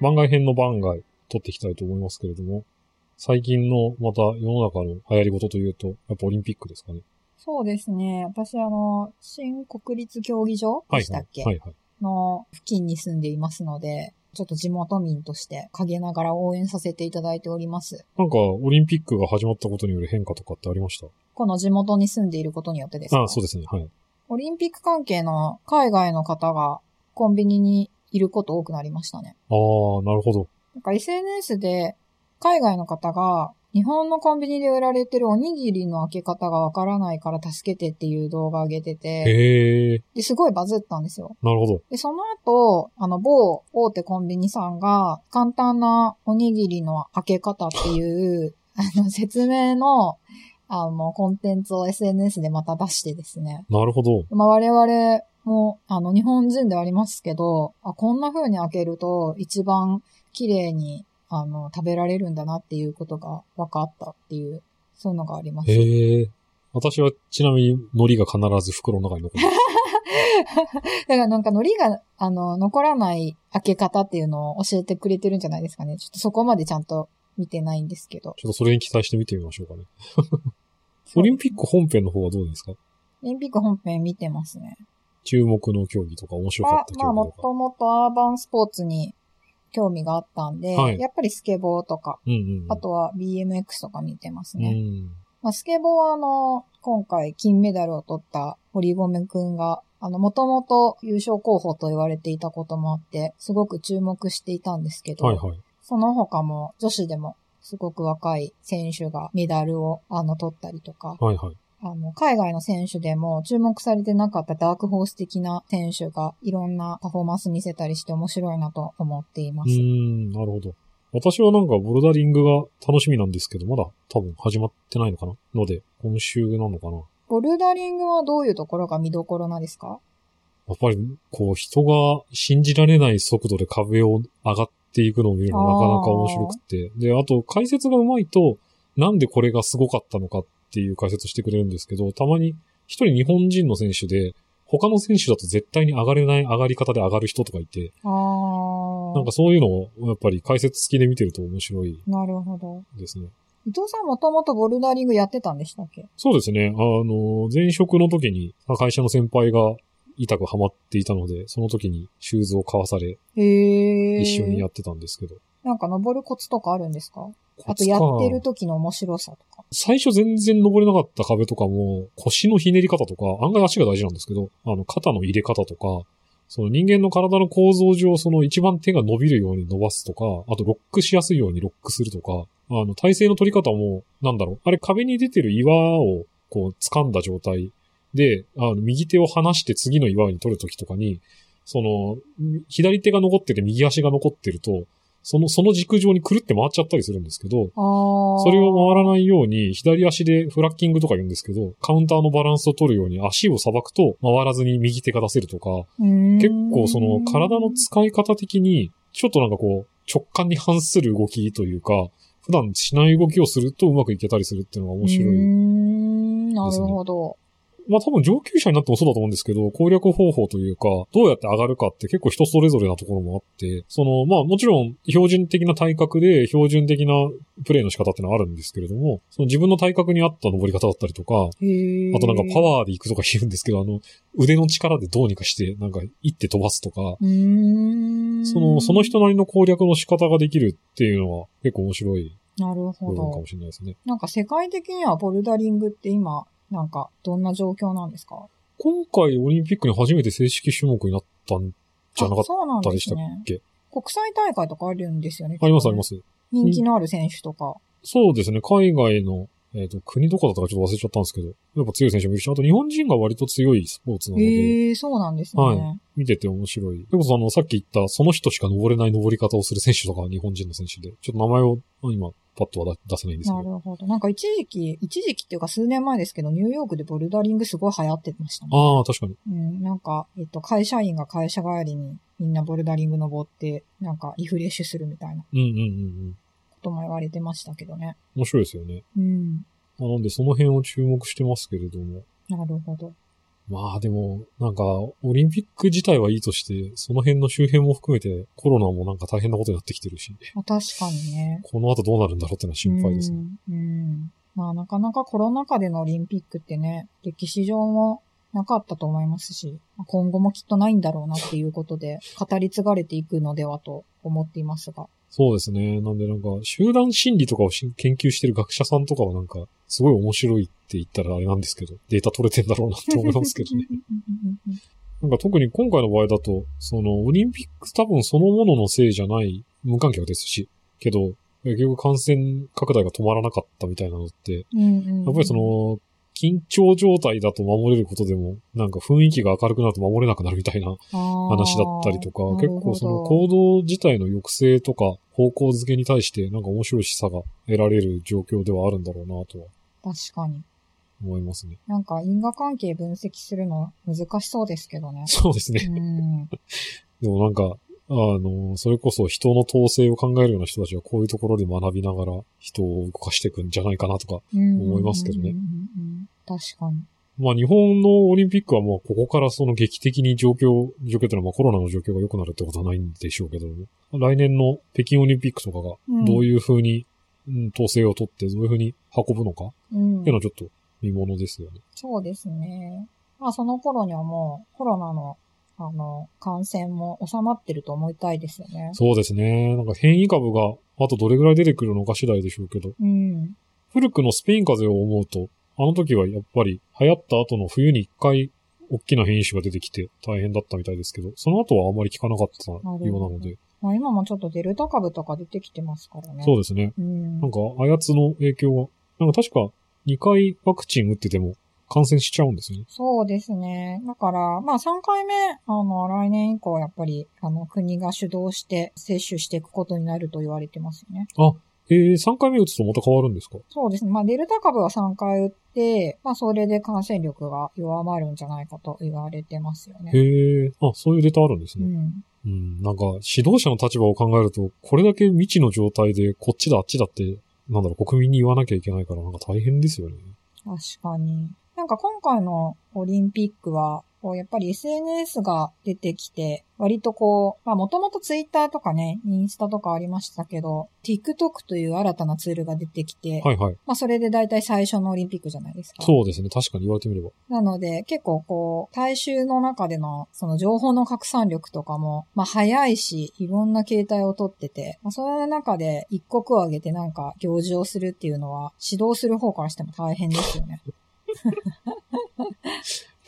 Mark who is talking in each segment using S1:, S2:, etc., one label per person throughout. S1: 番外編の番外、撮っていきたいと思いますけれども、最近のまた世の中の流行り事というと、やっぱオリンピックですかね。
S2: そうですね。私、あの、新国立競技場
S1: は
S2: で
S1: い
S2: した
S1: は
S2: っ
S1: い。
S2: け、
S1: はいはい。
S2: の付近に住んでいますので、ちょっと地元民として陰ながら応援させていただいております。
S1: なんか、オリンピックが始まったことによる変化とかってありました
S2: この地元に住んでいることによってですか
S1: ああ、そうですね。はい。
S2: オリンピック関係の海外の方がコンビニにいること多くなりましたね。
S1: ああ、なるほど。
S2: なんか SNS で海外の方が日本のコンビニで売られてるおにぎりの開け方がわからないから助けてっていう動画上げてて、
S1: へえ、
S2: ですごいバズったんですよ。
S1: なるほど。
S2: で、その後、あの、某大手コンビニさんが、簡単なおにぎりの開け方っていう、 あの、説明の、あの、コンテンツを SNS でまた出してですね。
S1: なるほど。
S2: まあ、我々も、あの、日本人ではありますけど、あ、こんな風に開けると、一番綺麗に、あの、食べられるんだなっていうことが分かったっていう、そういうのがあります。
S1: へえ。私はちなみに海苔が必ず袋の中に 残る。
S2: だからなんか海苔が、あの、残らない開け方っていうのを教えてくれてるんじゃないですかね。ちょっとそこまでちゃんと見てないんですけど。
S1: ちょっとそれに期待して見てみましょうかね。オリン
S2: ピック
S1: ピック本編の方はどうですか
S2: オリンピック本編見てますね。注
S1: 注目の競技とか面白か
S2: あ
S1: った
S2: ま
S1: 競技
S2: あ、も
S1: とか。
S2: ともとアーバンスポーツに興味があったんで、
S1: はい
S2: やっぱりスケボーとか、
S1: うんうんうん。
S2: あとは BMX とか見てます
S1: う
S2: ね。
S1: ん。
S2: まあ、スケボーはあの、今回金メダルを取った堀米くんが、あの、もともと優勝候補と言われていたこともあって、すごく注目していたんですけど、
S1: はいはい。
S2: その他も女子でもすごく若い選手がメダルをあの取ったりとか、
S1: はいはい。
S2: あの、海外の選手でも注目されてなかったダークホース的な選手がいろんなパフォーマンス見せたりして面白いなと思っていま
S1: う
S2: す。
S1: ーん、なるほど。私はなんかボルダリングが楽しみなんですけど、まだ多分始まってないのかなので、今週なのかな
S2: ボルダリングはどういうところが見どころなんですか
S1: やっぱり、こう、人が信じられない速度で壁を上がっていくのを見るのがなかなか面白くて。で、あと、解説がうまいと、なんでこれがすごかったのかっていう解説してくれるんですけど、たまに、一人日本人の選手で、他の選手だと絶対に上がれない上がり方で上がる人とかいて、
S2: あー
S1: なんかそういうのを、やっぱり解説付きで見てると面白い
S2: なるほど。
S1: ですね。
S2: 伊藤さんもともとボルダリングやってたんでしたっけ
S1: そうですね。あの、前職の時に、会社の先輩が痛くハマっていたので、その時にシューズを買わされ、
S2: へえ。
S1: 一緒にやってたんですけど。
S2: なんか登るコツとかあるんですかあ
S1: コ
S2: と
S1: ツか
S2: やってる時の面白さとか。
S1: 最初全然登れなかった壁とかも、腰のひねり方とか、案外足が大事なんですけど、あの、肩の入れ方とか、その人間の体の構造上、その一番手が伸びるように伸ばすとか、あとロックしやすいようにロックするとか、あの、体勢の取り方も、なんだろう、あれ壁に出てる岩を、こう、掴んだ状態で、あの、右手を離して次の岩に取るときとかに、その、左手が残ってて右足が残ってると、その、その軸上にくるって回っちゃったりするんですけど、
S2: ああ。
S1: それを回らないように、左足でフラッキングとか言うんですけど、カウンターのバランスを取るように足をさばくと回らずに右手が出せるとか、
S2: 結
S1: 結構その体の使い方的に、ちょっとなんかこう、直感に反する動きというか、普段しない動きをするとうまくいけたりするっていうのが面白
S2: うー
S1: い。
S2: ん、なるほど。
S1: まあ多分上級者になってもそうだと思うんですけど、攻略方法というか、どうやって上がるかって結構人それぞれなところもあって、その、まあもちろん標準的な体格で標準的なプレイの仕方ってのはあるんですけれども、その自分の体格に合った登り方だったりとか、
S2: へ
S1: あとなんかパワーで行くとか言うんですけど、あの、腕の力でどうにかして、なんか一手飛ばすとか、
S2: ー。うーん。
S1: その、その人なりの攻略の仕方ができるっていうのは結構面白い
S2: なる
S1: 部
S2: ほ
S1: 分か
S2: ど
S1: も。しれないですね。
S2: なんか世界的にはボルダリングって今、なんかどんな状況なんですか
S1: 今回オリンピックに初めて正式種目になったんじゃなか
S2: あ
S1: っ
S2: そうなん
S1: た
S2: で
S1: でし
S2: す
S1: たっ
S2: ね。
S1: け
S2: 国際大会とかあるんですよね。。
S1: たありますありますす。
S2: 人気のある選手とか。
S1: そうですね、海外の、えっ、と、国どこだったかちょっと忘れちゃったんですけど、やっぱ強い選手もいるし、あと日本人が割と強いスポーツなので、
S2: へえ、そうなんですね。
S1: は見てて面白い。でこそあの、さっき言った、その人しか登れない登り方をする選手とかは日本人の選手で、ちょっと名前を今、パッとは出出せないんですけ
S2: な
S1: ど。
S2: るほど。なんか一時期、一時期っていうか数年前ですけど、ニューヨークでボルダリングすごい流行ってましたね。
S1: ああ、確かに。
S2: うん、なんか、えっと、会社員が会社帰りにみんなボルダリング登って、なんかリフレッシュするみたいなこ
S1: うんうんうんうん。
S2: とも言われてましたけどね。
S1: 面白いですよね。
S2: うん。
S1: なので、その辺を注目してますけれども。
S2: なるほど。
S1: まあでも、なんか、オリンピック自体はいいとして、その辺の周辺も含めて、コロナもなんか大変なことになってきてるし、
S2: まあ確かにね。
S1: この後どうなるんだろうってのは心配ですね。
S2: うん。うんまあ、なかなかコロナ禍でのオリンピックってね、歴史上もなかったと思いますし、まあ今後もきっとないんだろうなっていうことで、語り継がれていくのではと思っていますが。
S1: そうですね。なんでなんか、集団心理とかをし研究してる学者さんとかはなんか、すごい面白いって言ったらあれなんですけど、データ取れてんだろうなって思いますけど ね。なんか特に今回の場合だと、そのオリンピック多分そのもののせいじゃない無観客ですし、けど、結局感染拡大が止まらなかったみたいなのって、
S2: うんうんうん
S1: やっぱりそ、の、緊張状態だと守れることでも、なんか雰囲気が明るくなると守れなくなるみたいな話
S2: 話
S1: だったりとか、結構その行動自体の抑制とか方向づけに対してなんか面白い示唆が得られる状況ではあるんだろうなとは
S2: 確かに。
S1: 思いますね。
S2: なんか因果関係分析するの難しそうです けどね。
S1: そうですね。
S2: うん。
S1: でもなんか、あの、それこそ人の統制を考えるような人たちはこういうところで学びながら人を動かしていくんじゃないかなとか。思
S2: 思
S1: いますけどね。
S2: 確かに。
S1: まあ日本のオリンピックはもうここからその劇的に状況、状況というのはまあコロナの状況が良くなるってことはないんでしょうけど、来年の北京オリンピックとか
S2: う
S1: が
S2: ん
S1: どういう風に、うん、統制を取ってどういう風に運ぶのか
S2: うん
S1: っていうのはちょっと見ものですよね。
S2: そうですね。まあその頃にはもうコロナのあの感染も収まってると思いたいですよね。
S1: そうですね。なんか変異株があとどれぐらい出てくるのか次第でしょうけど、
S2: うん。
S1: 古くのスペイン風邪を思うと、あの時はやっぱり流行った後の冬に一回大きな変異種が出てきて大変だったみたいですけど、その後はあんまり効かなかったようなので、
S2: まあ今もちょっとデルタ株とか出てきてますからね。
S1: そうですね。
S2: うん。
S1: なんか、あやつの影響は、なんか確か2回ワクチン打ってても感染しちゃうんですよね。
S2: そうですね。だから、まあ3回目、あの、来年以降やっぱり、あの、国が主導して接種していくことになると言われてますよね。
S1: えー、3回目打つとまた変わるんですか
S2: そうですね。まあ、デルタ株は3回打って、まあ、それで感染力が弱まるんじゃないかと言われてますよ
S1: へ
S2: ね。
S1: え、あ、そういうデータあるんです
S2: う
S1: ね。
S2: ん。
S1: うん、なんか、指導者の立場を考えると、これだけ未知の状態で、こっちだあっちだって、なんだろう、国民に言わなきゃいけないから、なんか大変ですよね。
S2: 確かに。なんか今回のオリンピックは、こうやっぱり SNS が出てきて、割とこう、まあもともとツイッターとかね、インスタとかありましたけど、TikTok という新たなツールが出てきて、
S1: はいはい。
S2: まあそれで大体最初のオリンピックじゃないですか。
S1: そうですね。確かに言われてみれば。
S2: なので、結構こう、大衆の中での、その情報の拡散力とかも、まあ早いし、いろんな形態をとってて、まあその中で一刻を挙げてなんか行事をするっていうのは、指導する方からしても大変ですよね。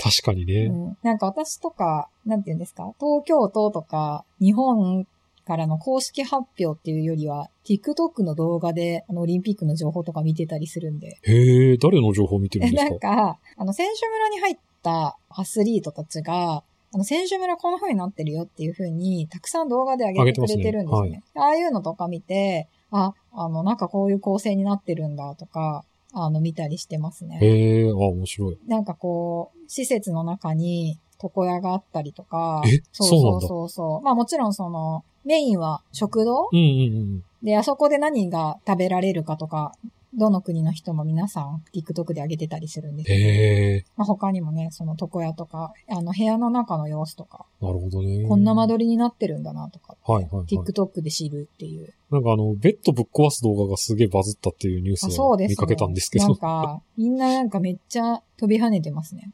S1: 確かにね。
S2: うん、なんか私とか、なんて言うんですか、東京都とか、日本からの公式発表っていうよりは、TikTok の動画で、あの、オリンピックの情報とか見てたりするんで、
S1: へえ、誰の情報を見てるん
S2: え、
S1: で
S2: な
S1: す
S2: ん
S1: か
S2: か、あの、選手村に入ったアスリートたちが、あの、選手村こんな風になってるよっていう風に、たくさん動画で上げてくれてるん
S1: 上げて
S2: です
S1: ます
S2: ね
S1: ね。
S2: ああいうのとか見て、あ、あの、なんかこういう構成になってるんだとか、あの、見たりしてますね。
S1: へえ、あ、面白い。
S2: なんかこう、施設の中に床屋があったりとか
S1: え、
S2: そ
S1: そう
S2: うそ
S1: なん
S2: う
S1: だ
S2: そうそう。まあもちろんその、メインは食堂
S1: うんうんうん。
S2: で、あそこで何が食べられるかとか、どの国の人も皆さん TikTok で上げてたりするんですけど
S1: へえ、
S2: まあ、他にもね、その床屋とか、あの部屋の中の様子とか、
S1: なるほどね。
S2: こんな間取りになってるんだなとか、
S1: はいはいはい。
S2: TikTok で知るっていう。
S1: なんかあの、ベッドぶっ壊す動画がすげえバズったっていうニュース
S2: あ、そう
S1: を
S2: ですね。
S1: 見かけたんですけど。
S2: なんか、みんななんかめっちゃ飛び跳ねてます ね。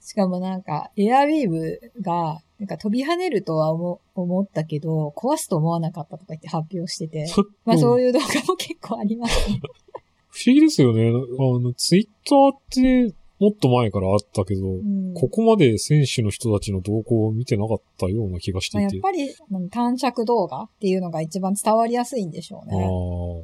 S2: しかもなんか、エアウィーブが、なんか飛び跳ねるとは思思ったけど、壊すと思わなかったとか言って発表し てて、まあ
S1: うん
S2: そういう動画も結構ありま すね。
S1: 不思議ですよね。あの、ツイッターってもっと前からあったけど、
S2: うん
S1: ここまで選手の人たちの動向を見てなかったような気がして
S2: まあ、
S1: い。
S2: やってぱり、うん短尺動画っていうのが一番伝わりやすいんでしょう
S1: ああ
S2: ね。
S1: ー。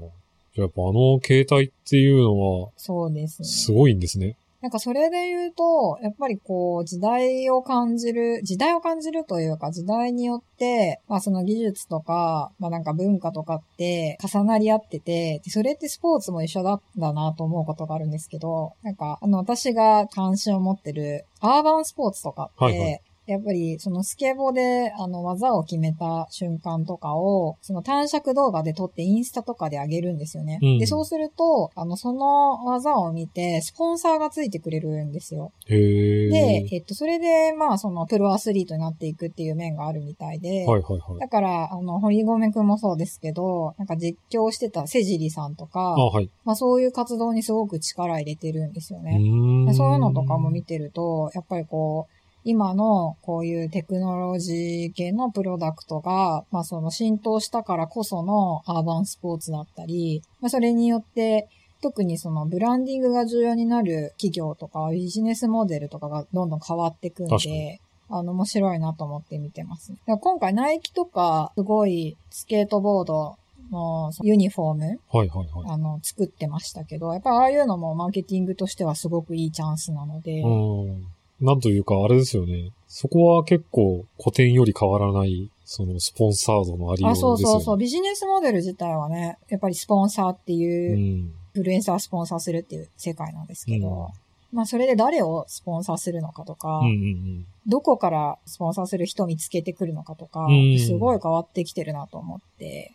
S1: じゃあやっぱあの携帯っていうのは、
S2: そうですね。
S1: すごいんですね。
S2: なんかそれで言うと、やっぱりこう時代を感じる、時代を感じるというか時代によって、まあその技術とか、まあなんか文化とかって重なり合ってて、でそれってスポーツも一緒だったんだなと思うことがあるんですけど、なんかあの私が関心を持ってるアーバンスポーツとかって、
S1: はいは
S2: やっぱり、そのスケボーで、あの、技を決めた瞬間とかを、その短尺動画で撮ってインスタとかで上げるんですよね。
S1: うん
S2: で、そうすると、あの、その技を見て、スポンサーがついてくれるんですよ。
S1: へえ。
S2: で、えっと、それで、まあ、その、プロアスリートになっていくっていう面があるみたいで、
S1: はいはいはい。
S2: だから、あの、堀米くんもそうですけど、なんか実況してたセジリさんとか
S1: あ、はい。
S2: まあそういう活動にすごく力入れてるんですよ
S1: う
S2: ね。
S1: ー
S2: で
S1: ん。
S2: そういうのとかも見てると、やっぱりこう、今のこういうテクノロジー系のプロダクトが、まあその浸透したからこそのアーバンスポーツだったり、まあそれによって、特にそのブランディングが重要になる企業とかビジネスモデルとかがどんどん変わってくん
S1: 確かに
S2: で、あの面白いなと思って見てます、ね。だから今回ナイキとかすごいスケートボードのそのユニフォーム
S1: はいはいはい。
S2: あの、作ってましたけど、やっぱりああいうのもマーケティングとしてはすごくいいチャンスなので、
S1: うん。なんというか、あれですよね。そこは結構古典より変わらない、そのスポンサードのありよう
S2: あ、
S1: です
S2: そ
S1: よ
S2: う
S1: ね。
S2: そうそう、ビジネスモデル自体はね、やっぱりスポンサーっていう、イン
S1: ん。
S2: フルエンサースポンサーするっていう世界なんです
S1: うん。う
S2: けど、まあそれで誰をスポンサーするのかとか、
S1: んうん
S2: どこからスポンサーする人見つけてくるのかとか
S1: うん、
S2: すごい変わってきてるなと思って、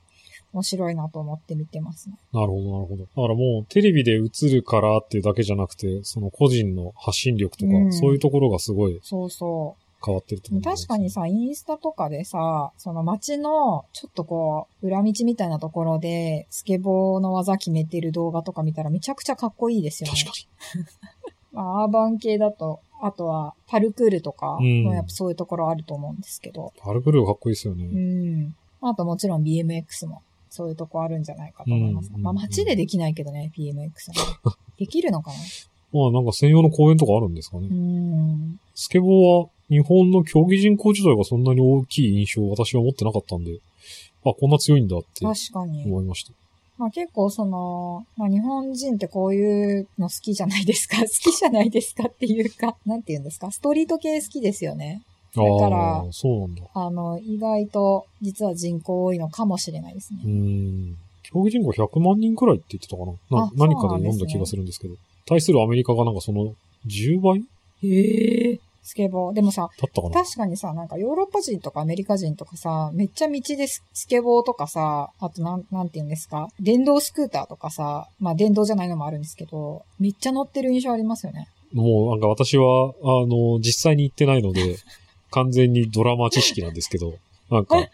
S2: 面白いなと思って見てますね。
S1: なるほど、なるほど。だからもう、テレビで映るからっていうだけじゃなくて、その個人の発信力とか、
S2: うん
S1: そういうところがすごい
S2: そうそう。
S1: 変わってると
S2: で
S1: 思
S2: も
S1: うんです
S2: 確かにさ、インスタとかでさ、その街の、ちょっとこう、裏道みたいなところで、スケボーの技決めてる動画とか見たらめちゃくちゃかっこいいですよね。
S1: 確かに。
S2: まあ、アーバン系だと、あとは、パルクールとか、
S1: うん
S2: もやっぱそういうところあると思うんですけど。
S1: パルクールかっこいいですよね。
S2: うん。あともちろん BMX も、そういうとこあるんじゃないかと思います。
S1: うん
S2: まあ街でできないけどね、BMX は。できるのかな
S1: まあなんか専用の公園とかあるんですかね。
S2: うん。
S1: スケボーは日本の競技人口自体がそんなに大きい印象を私は持ってなかったんで、あ、こんな強いんだって
S2: 確かに。
S1: 思いました。
S2: まあ結構その、まあ日本人ってこういうの好きじゃないですか 好きじゃないですかっていうか、なんて言うんですかストリート系好きですよね。
S1: あ
S2: から
S1: あー、そうなんだ。
S2: あの、意外と実は人口多いのかもしれないです
S1: う
S2: ね。
S1: ん。競技人口100万人くらいって言ってたかな。な
S2: あ
S1: 何か
S2: そうな
S1: で
S2: ん
S1: 読
S2: ですね
S1: んだ気がするんですけど。対するアメリカがなんかその10倍だ
S2: へえ。スケボー。でもさ、
S1: ったかな。
S2: 確かにさ、なんかヨーロッパ人とかアメリカ人とかさ、めっちゃ道でススケボーとかさ、あとなん、なんて言うんですか電動スクーターとかさ、まあ電動じゃないのもあるんですけど、めっちゃ乗ってる印象ありますよね。
S1: もうなんか私は、あの、実際に行ってないの で、完全にドラマ知識なんですけど、なんか、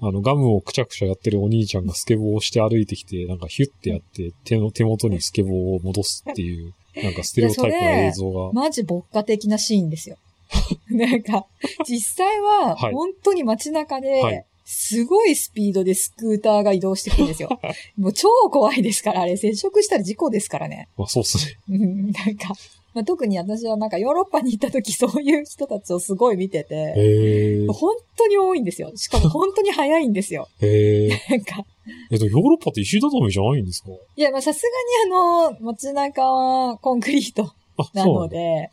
S1: あの、ガムをくちゃくちゃやってるお兄ちゃんがスケボーをして歩いてきて、なんかヒュッてやって、手の、手元にスケボーを戻すっていう、なんかステレオタイプな映像が、
S2: マジ牧歌的なシーンですよ。 なんか、実際は、
S1: はい
S2: 本当に街中
S1: はい
S2: で、すごいスピードでスクーターが移動してくるんで すよ。もう超怖いですから、あれ、接触したら事故ですからね。
S1: まあそうっすね。
S2: うん、なんか、まあ、特に私はなんかヨーロッパに行った時、そういう人たちをすごい見てて、
S1: へえ。
S2: 本当に多いんですよ。しかも本当に早いんですよ。
S1: へえ。
S2: なんか、
S1: えっと、ヨーロッパって石畳じゃないんですか
S2: いや、まあ、さすがにあの、街中はコンクリート
S1: あ、
S2: な
S1: そうな
S2: の
S1: んだ。
S2: で、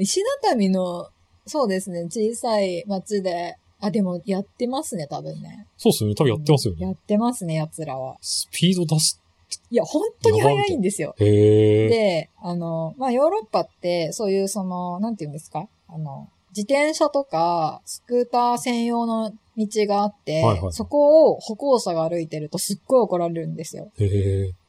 S2: 石畳の、そうですね、小さい町で、あ、でもやってますね、多分ね。
S1: そうっすよね。多分やってますよ
S2: や
S1: ね
S2: っ。てますね、奴らは。
S1: スピード出す。
S2: いや、本当に早いんですよ。
S1: へえ。
S2: で、あの、まあ、ヨーロッパって、そういうその、なんて言うんですかあの、自転車とか、スクーター専用の道があって、
S1: はいはい
S2: そこを歩行者が歩いてるとすっごい怒られるんですよ。
S1: へえ。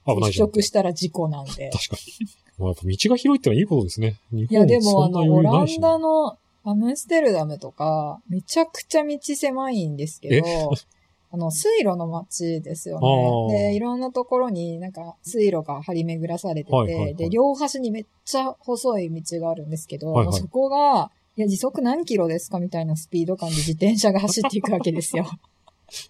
S1: 危ない
S2: 接
S1: じゃん。
S2: 触したら事故なんで。
S1: 確かに。まあ、やっぱ道が広いってのはいいことですね。日
S2: いや、
S1: 本
S2: でも、
S1: そ
S2: あ
S1: んな
S2: の、
S1: 余
S2: オ
S1: 裕
S2: ラ
S1: ないしね、
S2: ンダのアムステルダムとか、めちゃくちゃ道狭いんですけど、 あの、水路の街ですよ
S1: あー
S2: ね。で、いろんなところになんか水路が張り巡らされてて、
S1: はいはいはい
S2: で、両端にめっちゃ細い道があるんですけど、
S1: はいはい
S2: もうそこが、いや、時速何キロですかみたいなスピード感で自転車が走っていくわけですよ。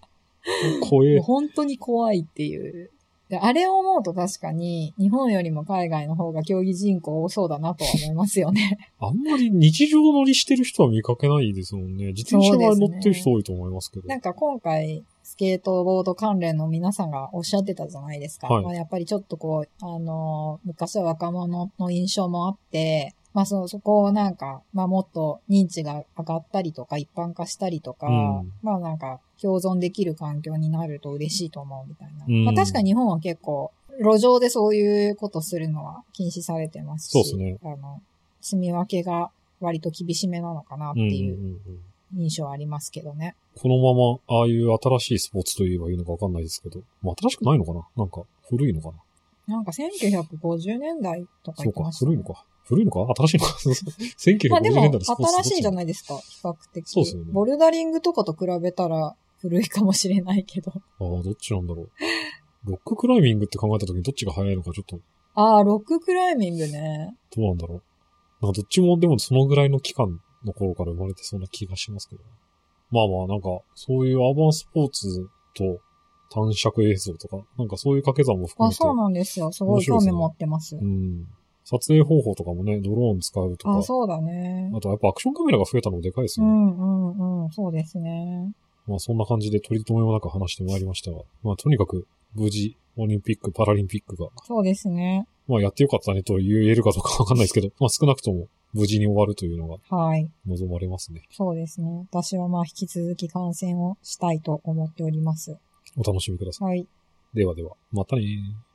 S1: 怖
S2: も う
S1: え。
S2: 本当に怖いっていう。であれを思うと確かに、日本よりも海外の方が競技人口多そうだなとは思いますよね。
S1: あんまり日常乗りしてる人は見かけないですもんね。自転車は乗ってる人多いと思いますけど。
S2: なんか今回、スケートボード関連の皆さんがおっしゃってたじゃないですか。
S1: はい
S2: まあ、やっぱりちょっとこう、あのー昔は若者の印象もあって、まあそ、そこをなんか、まあもっと認知が上がったりとか、一般化したりとか、
S1: うん
S2: まあなんか、共存できる環境になると嬉しいと思うみたいな。
S1: うん
S2: まあ確かに日本は結構、路上でそういうことするのは禁止されてますし。
S1: そうですね。
S2: あの、住み分けが割と厳しめなのかなって
S1: うんうん
S2: いう
S1: うんうん
S2: 印象はありますけどね。
S1: このまま、ああいう新しいスポーツと言えばいいのかわかんないですけど、まあ新しくないのかななんか、古いのかな
S2: なんか1950年代とか
S1: そう
S2: 言って
S1: か
S2: ま、した、
S1: 古いのか。古いのか新しいのか ?1950
S2: まあでも
S1: 年代のスポーツ
S2: 新しいじゃ
S1: い
S2: ないですか、比較的。
S1: そうですよね
S2: ボルダリングとかと比べたら古いかもしれないけど。
S1: ああ、どっちなんだろう。ロッククライミングって考えた時にどっちが早いのかちょっと、
S2: ああ、ロッククライミングね。
S1: どうなんだろう。なんかどっちもでもそのぐらいの期間の頃から生まれてそうな気がしますけどね。まあまあ、なんか、そういうアーバンスポーツと短尺映像とか、なんかそういう掛け算も含
S2: あ
S1: めて、
S2: そうなんですよ。すごい興味持ってます。
S1: うん。撮影方法とかもね、ドローン使うとか、
S2: あそうだね。
S1: あとやっぱアクションカメラが増えたのもでかいです
S2: う
S1: よね。
S2: んうんうん、そうですね。
S1: まあそんな感じで取り留めもなく話してまいりましたが、まあとにかく無事オリンピック、パラリンピックが、
S2: そうですね。
S1: まあやってよかったねと言えるかどうかわかんないですけど、まあ少なくとも無事に終わるというのが
S2: はい。
S1: 望まれますね。
S2: そうですね。私はまあ引き続き観戦をしたいと思っております。
S1: お楽しみくださ
S2: はい。
S1: い。ではでは、またねー